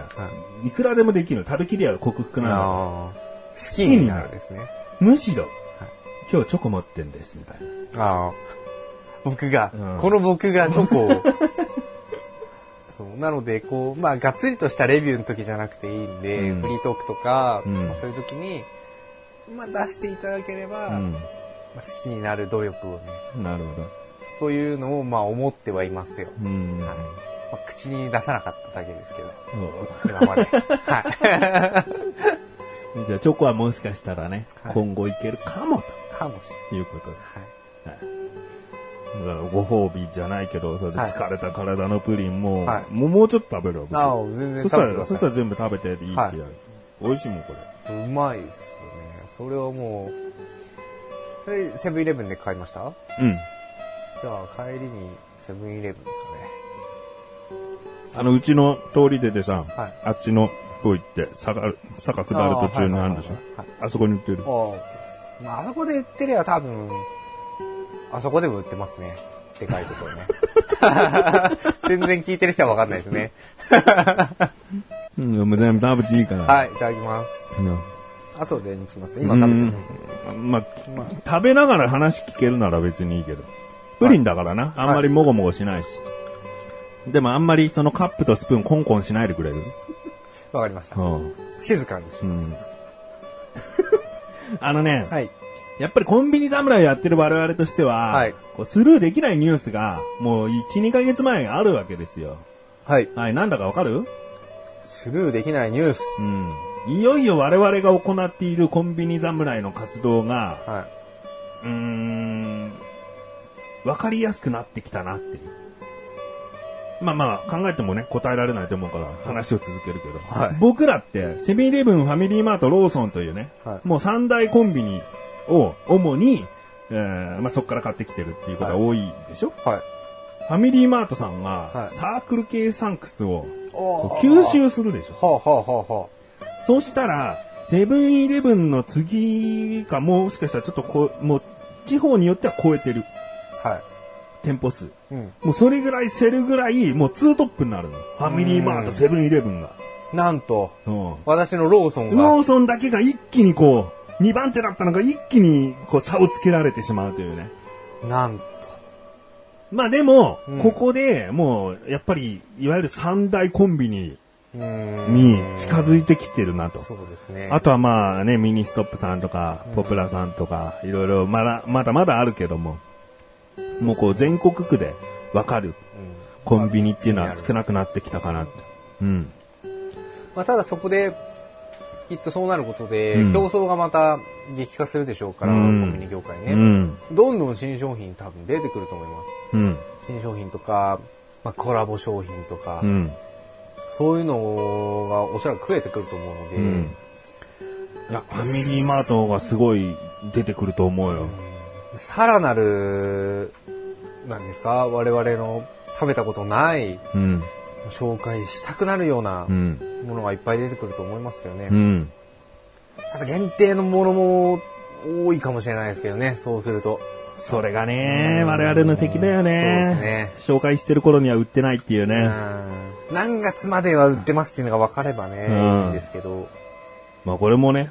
Speaker 1: いくらでもできる。食べきりは克服なんだ。
Speaker 2: ああ。好きになるですね。
Speaker 1: むしろ、今日チョコ持ってんです、みたいな。
Speaker 2: ああ。僕が、
Speaker 1: うん
Speaker 2: この僕がチョコを。 そう。なので、こう、まあ、がっつりとしたレビューの時じゃなくていいんで、
Speaker 1: うん
Speaker 2: フリートークとか、
Speaker 1: うん
Speaker 2: まあそういう時に、まあ、出していただければ、まあ、好きになる努力をね、
Speaker 1: うん。なるほど。
Speaker 2: というのを、まあ、思ってはいますよ。
Speaker 1: うん。
Speaker 2: はいまあ、口に出さなかっただけですけど、
Speaker 1: そう
Speaker 2: 今 まで。は
Speaker 1: じゃあチョコはもしかしたらね、
Speaker 2: はい
Speaker 1: 今後いけるかも
Speaker 2: い。かもしれ
Speaker 1: ということで。
Speaker 2: ない。はい。
Speaker 1: だからご褒美じゃないけど、それで
Speaker 2: はい
Speaker 1: 疲れた体のプリンも、
Speaker 2: はい
Speaker 1: もうもうちょっと食べるわ。僕
Speaker 2: ああ、全然
Speaker 1: そした
Speaker 2: 食べてく
Speaker 1: ら、
Speaker 2: だ
Speaker 1: そし
Speaker 2: さ
Speaker 1: たら全部食べていいってやる。
Speaker 2: は
Speaker 1: 美味しいもん、これ。
Speaker 2: い。うまいですよね。それはもう、それセブンイレブンで買いました
Speaker 1: うん。
Speaker 2: じゃあ帰りにセブンイレブンですかね。
Speaker 1: あの、うちの通り出てさ、
Speaker 2: はい
Speaker 1: あっちの方行って、坂、坂下る途中にあるでしょ
Speaker 2: あーはいはいはいはい
Speaker 1: あそこに売ってる。
Speaker 2: ああ、まあ、あそこで売ってりゃ多分、あそこでも売ってますね。でかいところね。 全然聞いてる人はわかんないですね。
Speaker 1: うん、もう全部食べていいから。
Speaker 2: はい、いただきます。
Speaker 1: うん
Speaker 2: 後でにします。今食べてます。
Speaker 1: うんまあ、食べながら話聞けるなら別にいいけど。プリンだからな。あんまりもごもごしないし。でもあんまりそのカップとスプーンコンコンしないでくれる。
Speaker 2: わかりました
Speaker 1: う。ん。
Speaker 2: 静かにし
Speaker 1: う
Speaker 2: ま
Speaker 1: んあのね、
Speaker 2: す。はい。
Speaker 1: やっぱりコンビニ侍やってる我々としては、
Speaker 2: はい
Speaker 1: こうスルーできないニュースが、もう1、2ヶ月前にあるわけですよ。
Speaker 2: はい。
Speaker 1: はい、なんだかわかる
Speaker 2: スルーできないニュース。
Speaker 1: うん。いよいよ我々が行っているコンビニ侍の活動が、
Speaker 2: は
Speaker 1: うーん、わかりやすくなってきたなっていう。まあまあ、考えてもね、答えられないと思うから話を続けるけど。
Speaker 2: はい
Speaker 1: 僕らって、セブンイレブン、ファミリーマート、ローソンというね、
Speaker 2: はい
Speaker 1: もう三大コンビニを主に、えーまあそこから買ってきてるっていうことが多いでしょ、
Speaker 2: い。はい。
Speaker 1: ファミリーマートさん
Speaker 2: は
Speaker 1: が、
Speaker 2: い
Speaker 1: サークル系サンクスを
Speaker 2: おー
Speaker 1: 吸収するでしょ
Speaker 2: はあはあはあは
Speaker 1: そうしたら、セブンイレブンの次か、もしかしたらちょっとこう、もう、地方によっては超えてる
Speaker 2: あ。は
Speaker 1: 店舗数。
Speaker 2: い。うん。
Speaker 1: もうそれぐらいせるぐらい、もうツートップになるの。ファミリーマー
Speaker 2: う
Speaker 1: ト、
Speaker 2: ん
Speaker 1: セブンイレブンが。
Speaker 2: なんと、
Speaker 1: うん。
Speaker 2: 私のローソン
Speaker 1: ロ
Speaker 2: が、
Speaker 1: ーソンだけが一気にこう、2番手だったのが一気にこう差をつけられてしまうというね。
Speaker 2: なんと、
Speaker 1: まあでも、
Speaker 2: うん
Speaker 1: ここでもう、やっぱり、いわゆる三大コンビニ
Speaker 2: うーん
Speaker 1: に近づいてきてるなと。
Speaker 2: そうですね。
Speaker 1: あとはまあね、ミニストップさんとか、ポプラさんとか、いろいろまだ、まだまだあるけども、もうこう全国区でわかる
Speaker 2: うん
Speaker 1: コンビニっていうのは少なくなってきたかなって。うん。
Speaker 2: まあ、ただそこで、きっとそうなることで、
Speaker 1: うん
Speaker 2: 競争がまた激化するでしょうから、
Speaker 1: うん
Speaker 2: コンビニ業界
Speaker 1: う
Speaker 2: ね、
Speaker 1: ん。
Speaker 2: どんどん新商品多分出てくると思いま
Speaker 1: う
Speaker 2: す。
Speaker 1: ん。
Speaker 2: 新商品とか、まあ、コラボ商品とか、
Speaker 1: うん。
Speaker 2: そういうのがおそらく増えてくると思うので、
Speaker 1: うん。いや、ファミリーマートがすごい出てくると思うよ。
Speaker 2: さらなる、なんですか、我々の食べたことない、
Speaker 1: うん。
Speaker 2: 紹介したくなるような
Speaker 1: うん。
Speaker 2: ものがいっぱい出てくると思いますけどね。
Speaker 1: うん。
Speaker 2: ただ限定のものも多いかもしれないですけどね、そうすると。
Speaker 1: それがね、我々の敵だよね。
Speaker 2: そうです
Speaker 1: ね。紹介してる頃には売ってないっていう
Speaker 2: う
Speaker 1: ね。
Speaker 2: ん。何月までは売ってますっていうのが分かればね、
Speaker 1: うん
Speaker 2: いいんですけど。
Speaker 1: まあこれもね、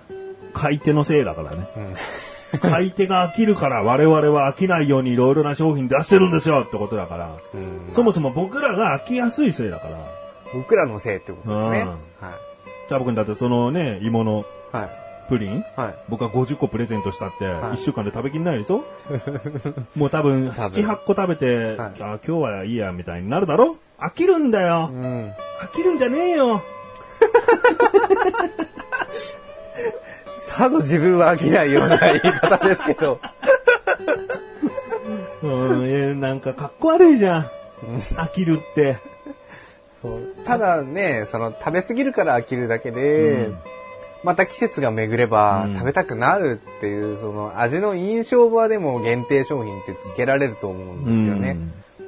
Speaker 1: 買い手のせいだからね。
Speaker 2: うん。
Speaker 1: 買い手が飽きるから我々は飽きないようにいろいろな商品出してるんですよってことだから、
Speaker 2: うん
Speaker 1: そもそも僕らが飽きやすいせいだから、
Speaker 2: 僕らのせいってことですね。
Speaker 1: うん
Speaker 2: は
Speaker 1: チャボくんだってそのね、芋の
Speaker 2: い。はい。
Speaker 1: プリン
Speaker 2: はい。
Speaker 1: 僕は50個プレゼントしたって、
Speaker 2: はい
Speaker 1: 1週間で食べきんないでし ょもう多分、
Speaker 2: 多分
Speaker 1: 7、8個食べて、
Speaker 2: はい
Speaker 1: あ今日はいいや、みたいになるだろ飽きるんだよ、
Speaker 2: うん。
Speaker 1: 飽きるんじゃねえよ
Speaker 2: さぞ自分は飽きないような言い方ですけど。
Speaker 1: うん、えーなんかかっこ悪いじゃん。飽きるって。
Speaker 2: そうただね、その食べ過ぎるから飽きるだけで、また季節が巡れば
Speaker 1: うん
Speaker 2: 食べたくなるっていう、その味の印象はでも限定商品って付けられると思うんですよね。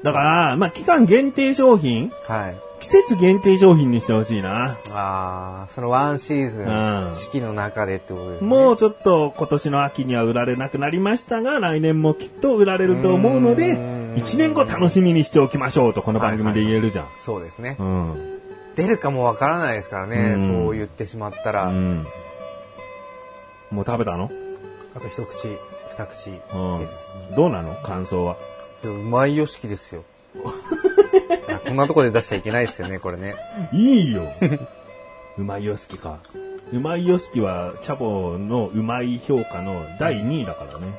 Speaker 1: だから、まあ、期間限定商品
Speaker 2: はい。
Speaker 1: 季節限定商品にしてほしいな。
Speaker 2: ああ、そのワンシーズ
Speaker 1: うん
Speaker 2: ン、四季の中でってことですね。
Speaker 1: もうちょっと今年の秋には売られなくなりましたが、来年もきっと売られると思うので、
Speaker 2: うーん
Speaker 1: 1年後楽しみにしておきましょうとこの番組で言えるじゃん。
Speaker 2: そうですね
Speaker 1: う。ん。
Speaker 2: 出るかもわからないですからね、
Speaker 1: うん
Speaker 2: そう言ってしまったら。
Speaker 1: うん。もう食べたの
Speaker 2: あと一口、二口
Speaker 1: うん
Speaker 2: です。。
Speaker 1: どうなの感想は。
Speaker 2: でもうまいよしきですよ。 いやこんなとこで出しちゃいけないですよね、これね。
Speaker 1: いいよ。 うまいよすきか。うまいよすきは、チャボのうまい評価の第2位だからね。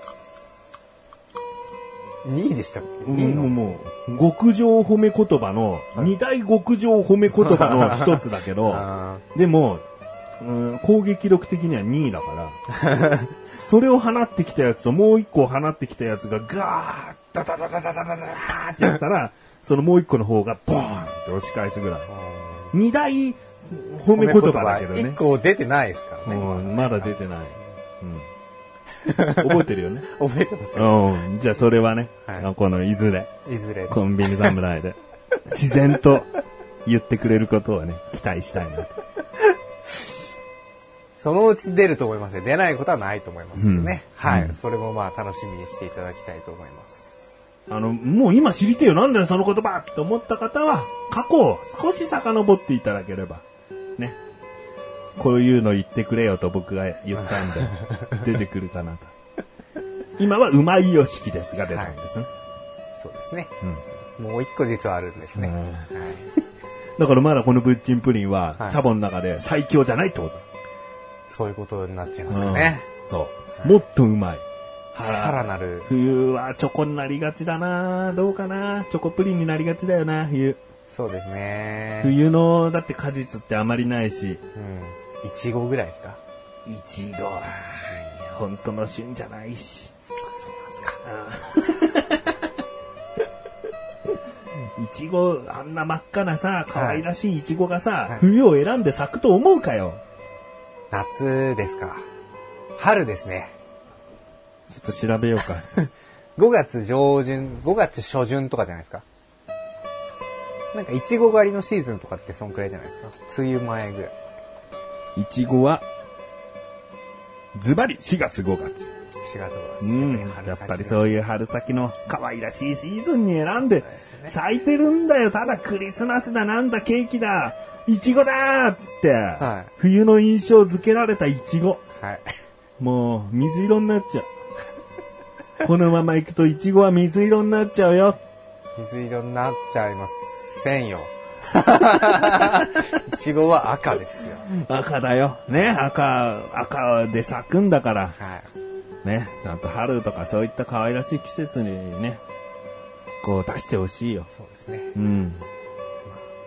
Speaker 2: 2位でしたっけ
Speaker 1: う
Speaker 2: ?2 位
Speaker 1: ん、
Speaker 2: の。
Speaker 1: もう、極上褒め言葉の、二大極上褒め言葉の一つだけ ど、
Speaker 2: あ
Speaker 1: でも、うん、攻撃力的には2位だから、それを放ってきたやつともう一個放ってきたやつがガーッ、ダダダダダダダダーってやったら、そのもう一個の方がボーンって押し返すぐらい。二大褒め言葉だけどね
Speaker 2: 1。個出てないですからね。
Speaker 1: うん、まだ出てない。うん。覚えてるよね。
Speaker 2: 覚えてますよ。
Speaker 1: うん。じゃあそれはね、
Speaker 2: はい
Speaker 1: このいずれ。
Speaker 2: いずれ。
Speaker 1: コンビニ侍で、自然と言ってくれることをね、期待したいなと。
Speaker 2: そのうち出ると思いますよ。出ないことはないと思いますけどね。
Speaker 1: うん
Speaker 2: は
Speaker 1: う
Speaker 2: い。
Speaker 1: ん
Speaker 2: それもまあ楽しみにしていただきたいと思います。
Speaker 1: あの、もう今知りてえよ、なんだよ、その言葉と思った方は、過去を少し遡っていただければ、ね。こういうの言ってくれよと僕が言ったん で、出てくるかなと。今は、うまいよしきですが出たんですね。
Speaker 2: そうですね。
Speaker 1: うん
Speaker 2: もう1個実はあるんですね。はい。
Speaker 1: だからまだこのブッチンプリンは、
Speaker 2: はい
Speaker 1: チャボの中で最強じゃないってこと
Speaker 2: そういうことになっちゃいま
Speaker 1: ですす
Speaker 2: よね。
Speaker 1: そう。もっとうまい。
Speaker 2: さらなる。
Speaker 1: 冬はチョコになりがちだなどうかなチョコプリンになりがちだよな冬。
Speaker 2: そうですね。
Speaker 1: 冬の、だって果実ってあまりないし。
Speaker 2: うん。いちごぐらいですか
Speaker 1: いちごは、本当の旬じゃないし。
Speaker 2: そうなんですか。
Speaker 1: いちご、あんな真っ赤なさ、可愛らしいいちごがさ、
Speaker 2: はい
Speaker 1: 冬を選んで咲くと思うかよ。
Speaker 2: 夏ですか。春ですね。
Speaker 1: ちょっと調べよ うか。
Speaker 2: 5月上旬、5月初旬とかじゃないですか。なんか、いちご狩りのシーズンとかってそんくらいじゃないですか。梅雨前ぐらい。
Speaker 1: いちごは、ズバリ4月5月。
Speaker 2: 4月頃です
Speaker 1: う
Speaker 2: よね。
Speaker 1: ん。
Speaker 2: 春
Speaker 1: やっ
Speaker 2: 先
Speaker 1: ぱり
Speaker 2: う。
Speaker 1: そういう春先の可愛らしいシーズンに選んで
Speaker 2: です、ね
Speaker 1: 咲いてるんだよ。ただクリスマスだなんだケーキだ、いちごだーっつって、
Speaker 2: はい
Speaker 1: 冬の印象付けられたいちご。
Speaker 2: はい。
Speaker 1: もう水色になっちゃう。 このまま行くといちごは水色になっちゃうよ。
Speaker 2: 水色になっちゃいません よ。いちごは赤ですよ。
Speaker 1: 赤だよ。ね、赤、赤で咲くんだから。
Speaker 2: はい。
Speaker 1: ね、ちゃんと春とかそういった可愛らしい季節にね、こう出してほしいよ。
Speaker 2: そうですね。
Speaker 1: うん。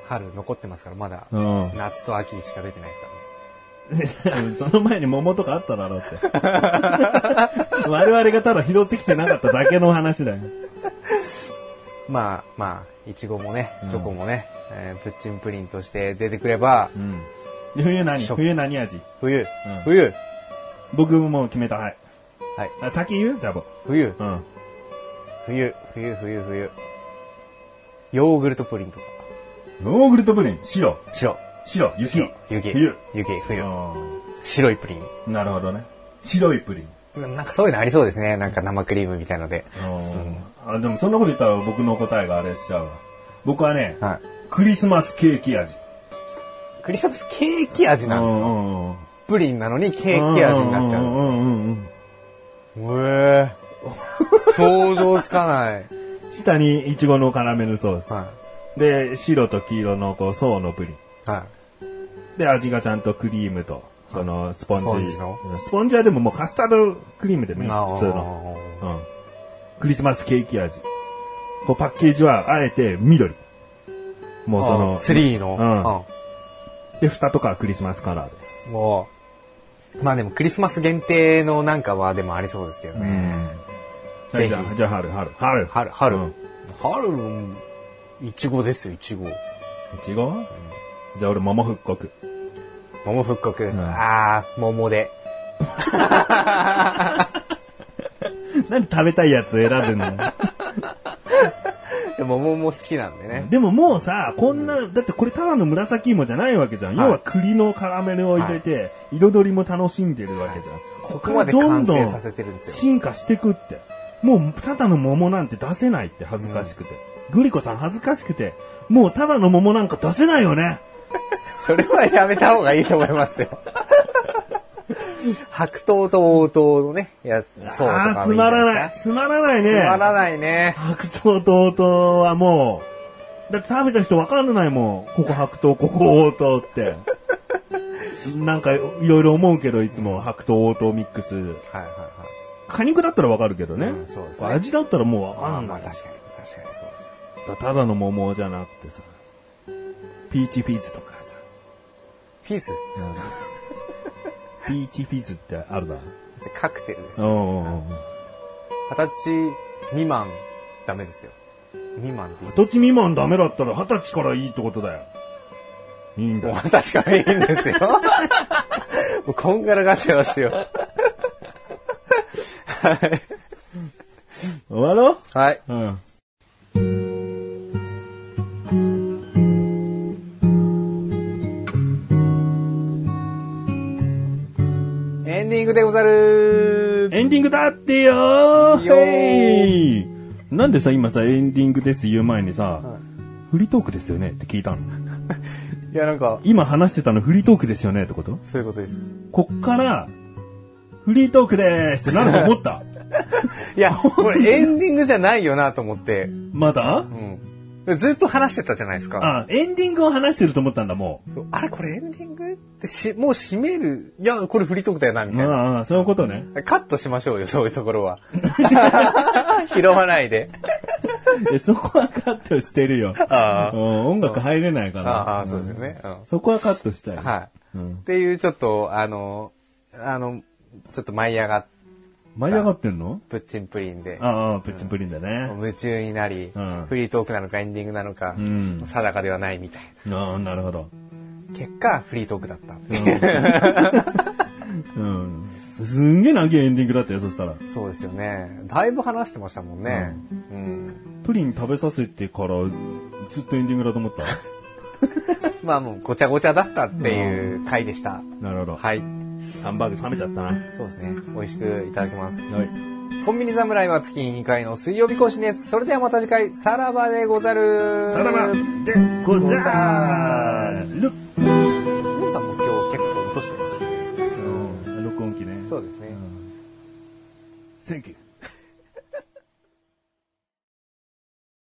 Speaker 2: 春残ってますから、まだ
Speaker 1: う。ん。
Speaker 2: 夏と秋しか出てないですからね。
Speaker 1: その前に桃とかあっただろうって。 我々がただ拾ってきてなかっただけの話だよ。
Speaker 2: まあまあ、いちごもね、チョコもね、えープッチンプリンとして出てくれば、
Speaker 1: うん。冬何
Speaker 2: 食
Speaker 1: 冬何味
Speaker 2: 冬、
Speaker 1: ん
Speaker 2: 冬、
Speaker 1: 僕ももう決めた。はい。
Speaker 2: はい、
Speaker 1: あ先言うじゃあボ。
Speaker 2: 冬、
Speaker 1: うん。
Speaker 2: 冬、冬、冬、冬。ヨーグルトプリンとか、
Speaker 1: ヨーグルトプリン、白、
Speaker 2: 白、
Speaker 1: 白、雪、
Speaker 2: 雪、
Speaker 1: 冬。
Speaker 2: 雪、冬、
Speaker 1: う
Speaker 2: 白いプリン。
Speaker 1: んなるほどね。白いプリン。
Speaker 2: うんなんかそういうのありそうですね。なんか生クリームみたいので。
Speaker 1: うん。あ、でもそんなこと言ったら僕の答えがあれしちゃうわ。僕はね、
Speaker 2: は
Speaker 1: クリスマスケーキ味。
Speaker 2: い。クリスマスケーキ味なんですか
Speaker 1: んうん。
Speaker 2: プリンなのにケーキ味になっちゃ
Speaker 1: うん
Speaker 2: う。
Speaker 1: うんうんうん。
Speaker 2: へえ。想像つかない。
Speaker 1: 下にイチゴのカラメルソース。
Speaker 2: は
Speaker 1: で、白と黄色のこう層のプリン。
Speaker 2: い。はい。
Speaker 1: で、味がちゃんとクリームと、そのスポンジ。
Speaker 2: スポンジの
Speaker 1: スポンジはでももうカスタードクリームでね、
Speaker 2: あー
Speaker 1: 普通の。うん。クリスマスケーキ味。こうパッケージはあえて緑。もうその、
Speaker 2: あツリーの。
Speaker 1: うん
Speaker 2: うん
Speaker 1: で、蓋とかはクリスマスカラーで。
Speaker 2: もう、まあでもクリスマス限定のなんかはでもありそうですけどね。
Speaker 1: はい
Speaker 2: ぜ
Speaker 1: じゃあ、
Speaker 2: ひ。
Speaker 1: じゃあ春、春、春。
Speaker 2: 春、春。
Speaker 1: うん
Speaker 2: 春、いちごですよ、いちご。
Speaker 1: いちごじゃあ俺桃復刻。
Speaker 2: 桃復刻。ああ、桃で。
Speaker 1: 何食べたいやつ選ぶんだ
Speaker 2: でも桃も好きなんでね。
Speaker 1: でももうさ、こんな、だってこれただの紫芋じゃないわけじゃん。
Speaker 2: はい
Speaker 1: 要は栗のカラメルを入れて、彩りも楽しんでるわけじゃん。
Speaker 2: ここまで完成させてるんですよ
Speaker 1: 進化してくって。もうただの桃なんて出せないって恥ずかしくて。グリコさん恥ずかしくて、もうただの桃なんか出せないよね。
Speaker 2: それはやめた方がいいと思いますよ。白桃と黄桃のね、やつ、そうと
Speaker 1: あ
Speaker 2: か
Speaker 1: あー、つ
Speaker 2: もいいんじ
Speaker 1: ま
Speaker 2: ゃ
Speaker 1: ら
Speaker 2: な
Speaker 1: ないい。
Speaker 2: です
Speaker 1: つまらない
Speaker 2: か。
Speaker 1: ね。
Speaker 2: つまらないね。
Speaker 1: 白桃と黄桃はもう、だって食べた人わかんないもん。ここ白桃、ここ黄桃って。 なんかいろいろ思うけど、いつも白桃黄桃ミックス。
Speaker 2: はいはいはい。
Speaker 1: 果肉だったらわかるけどね。
Speaker 2: うんそうですね
Speaker 1: 味だったらもうわ
Speaker 2: ま
Speaker 1: か
Speaker 2: あ
Speaker 1: んな
Speaker 2: まあ
Speaker 1: い。
Speaker 2: 確かに、確かにそうです。
Speaker 1: ただの桃じゃなくてさ、ピーチフィズとかさ、
Speaker 2: フィズ
Speaker 1: ピーチフィズってあるだ。
Speaker 2: カクテルです。
Speaker 1: うんうんうん。
Speaker 2: 二十歳未満、ダメですよ。未満って言う
Speaker 1: 土地未満ダメだったら二十歳からいいってことだよ。いいんだ
Speaker 2: もう 確かにいいんですよ。 もうこんがらがってますよ。
Speaker 1: 終わろ
Speaker 2: はい。
Speaker 1: ううん。
Speaker 2: エンディングでござる
Speaker 1: エンディングだってよー
Speaker 2: いいよー
Speaker 1: へいなんでさ、今さ、エンディングです言う前にさ、フリートークですよねって聞いたの。
Speaker 2: いや、なんか、
Speaker 1: 今話してたのフリートークですよねってこと
Speaker 2: そういうことです。
Speaker 1: こっから、フリートークでーすってなると思った
Speaker 2: いや、これエンディングじゃないよなと思って。
Speaker 1: まだ
Speaker 2: うん。ずっと話してたじゃないですか。
Speaker 1: あ、エンディングを話してると思ったんだ、も
Speaker 2: そうあれ、これエンディングってし、もう締める。いや、これフリートークだよな、み
Speaker 1: う。
Speaker 2: たいな。
Speaker 1: ああ、そういうことね。
Speaker 2: カットしましょうよ、そういうとこ ろは。拾わないで。
Speaker 1: えそこはカットしてるよ。
Speaker 2: あ
Speaker 1: うん音楽入れないか
Speaker 2: あ、
Speaker 1: ら。
Speaker 2: ああ、そうですね。うん。
Speaker 1: そこはカットしたい。
Speaker 2: はい。っていう、ちょっと、あの、あの、ちょっと舞い上がっ
Speaker 1: 舞い上がってんの
Speaker 2: プッチンプリンで、
Speaker 1: ああ、プッチンプリンだね。
Speaker 2: 夢中になり、
Speaker 1: うん
Speaker 2: フリートークなのかエンディングなのか、
Speaker 1: ん
Speaker 2: 定かではないみたい
Speaker 1: ああ、なるほど。
Speaker 2: な。結果、フリートークだった。
Speaker 1: うん。すんげえ長いエンディングだったよ、そしたら。
Speaker 2: そうですよね。だいぶ話してましたもんね。うん。
Speaker 1: プリン食べさせてから、ずっとエンディングだと思 った。
Speaker 2: まあもう、ごちゃごちゃだったっていう回でした。
Speaker 1: なるほど。
Speaker 2: はい。
Speaker 1: ハンバーグ冷めちゃったな。は
Speaker 2: そうですね。美味しくいただきます。
Speaker 1: い。
Speaker 2: コンビニ侍は月2回の水曜日更新です。それではまた次回、さらばでござる。
Speaker 1: さらば
Speaker 2: ヒ
Speaker 1: でござーる
Speaker 2: ロさんも今日結構落としてますよね。
Speaker 1: 録音機ね。
Speaker 2: そうですね。
Speaker 1: Thank you.